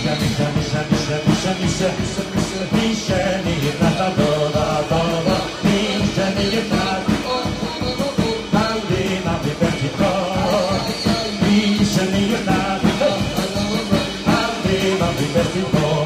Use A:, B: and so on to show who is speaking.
A: Sianica, sianica, sianica, Pisze mi jedna ta dola, dola, pisze mi jedna. Paulina wypędzi kot, pisze mi jedna. Paulina wypędzi kot.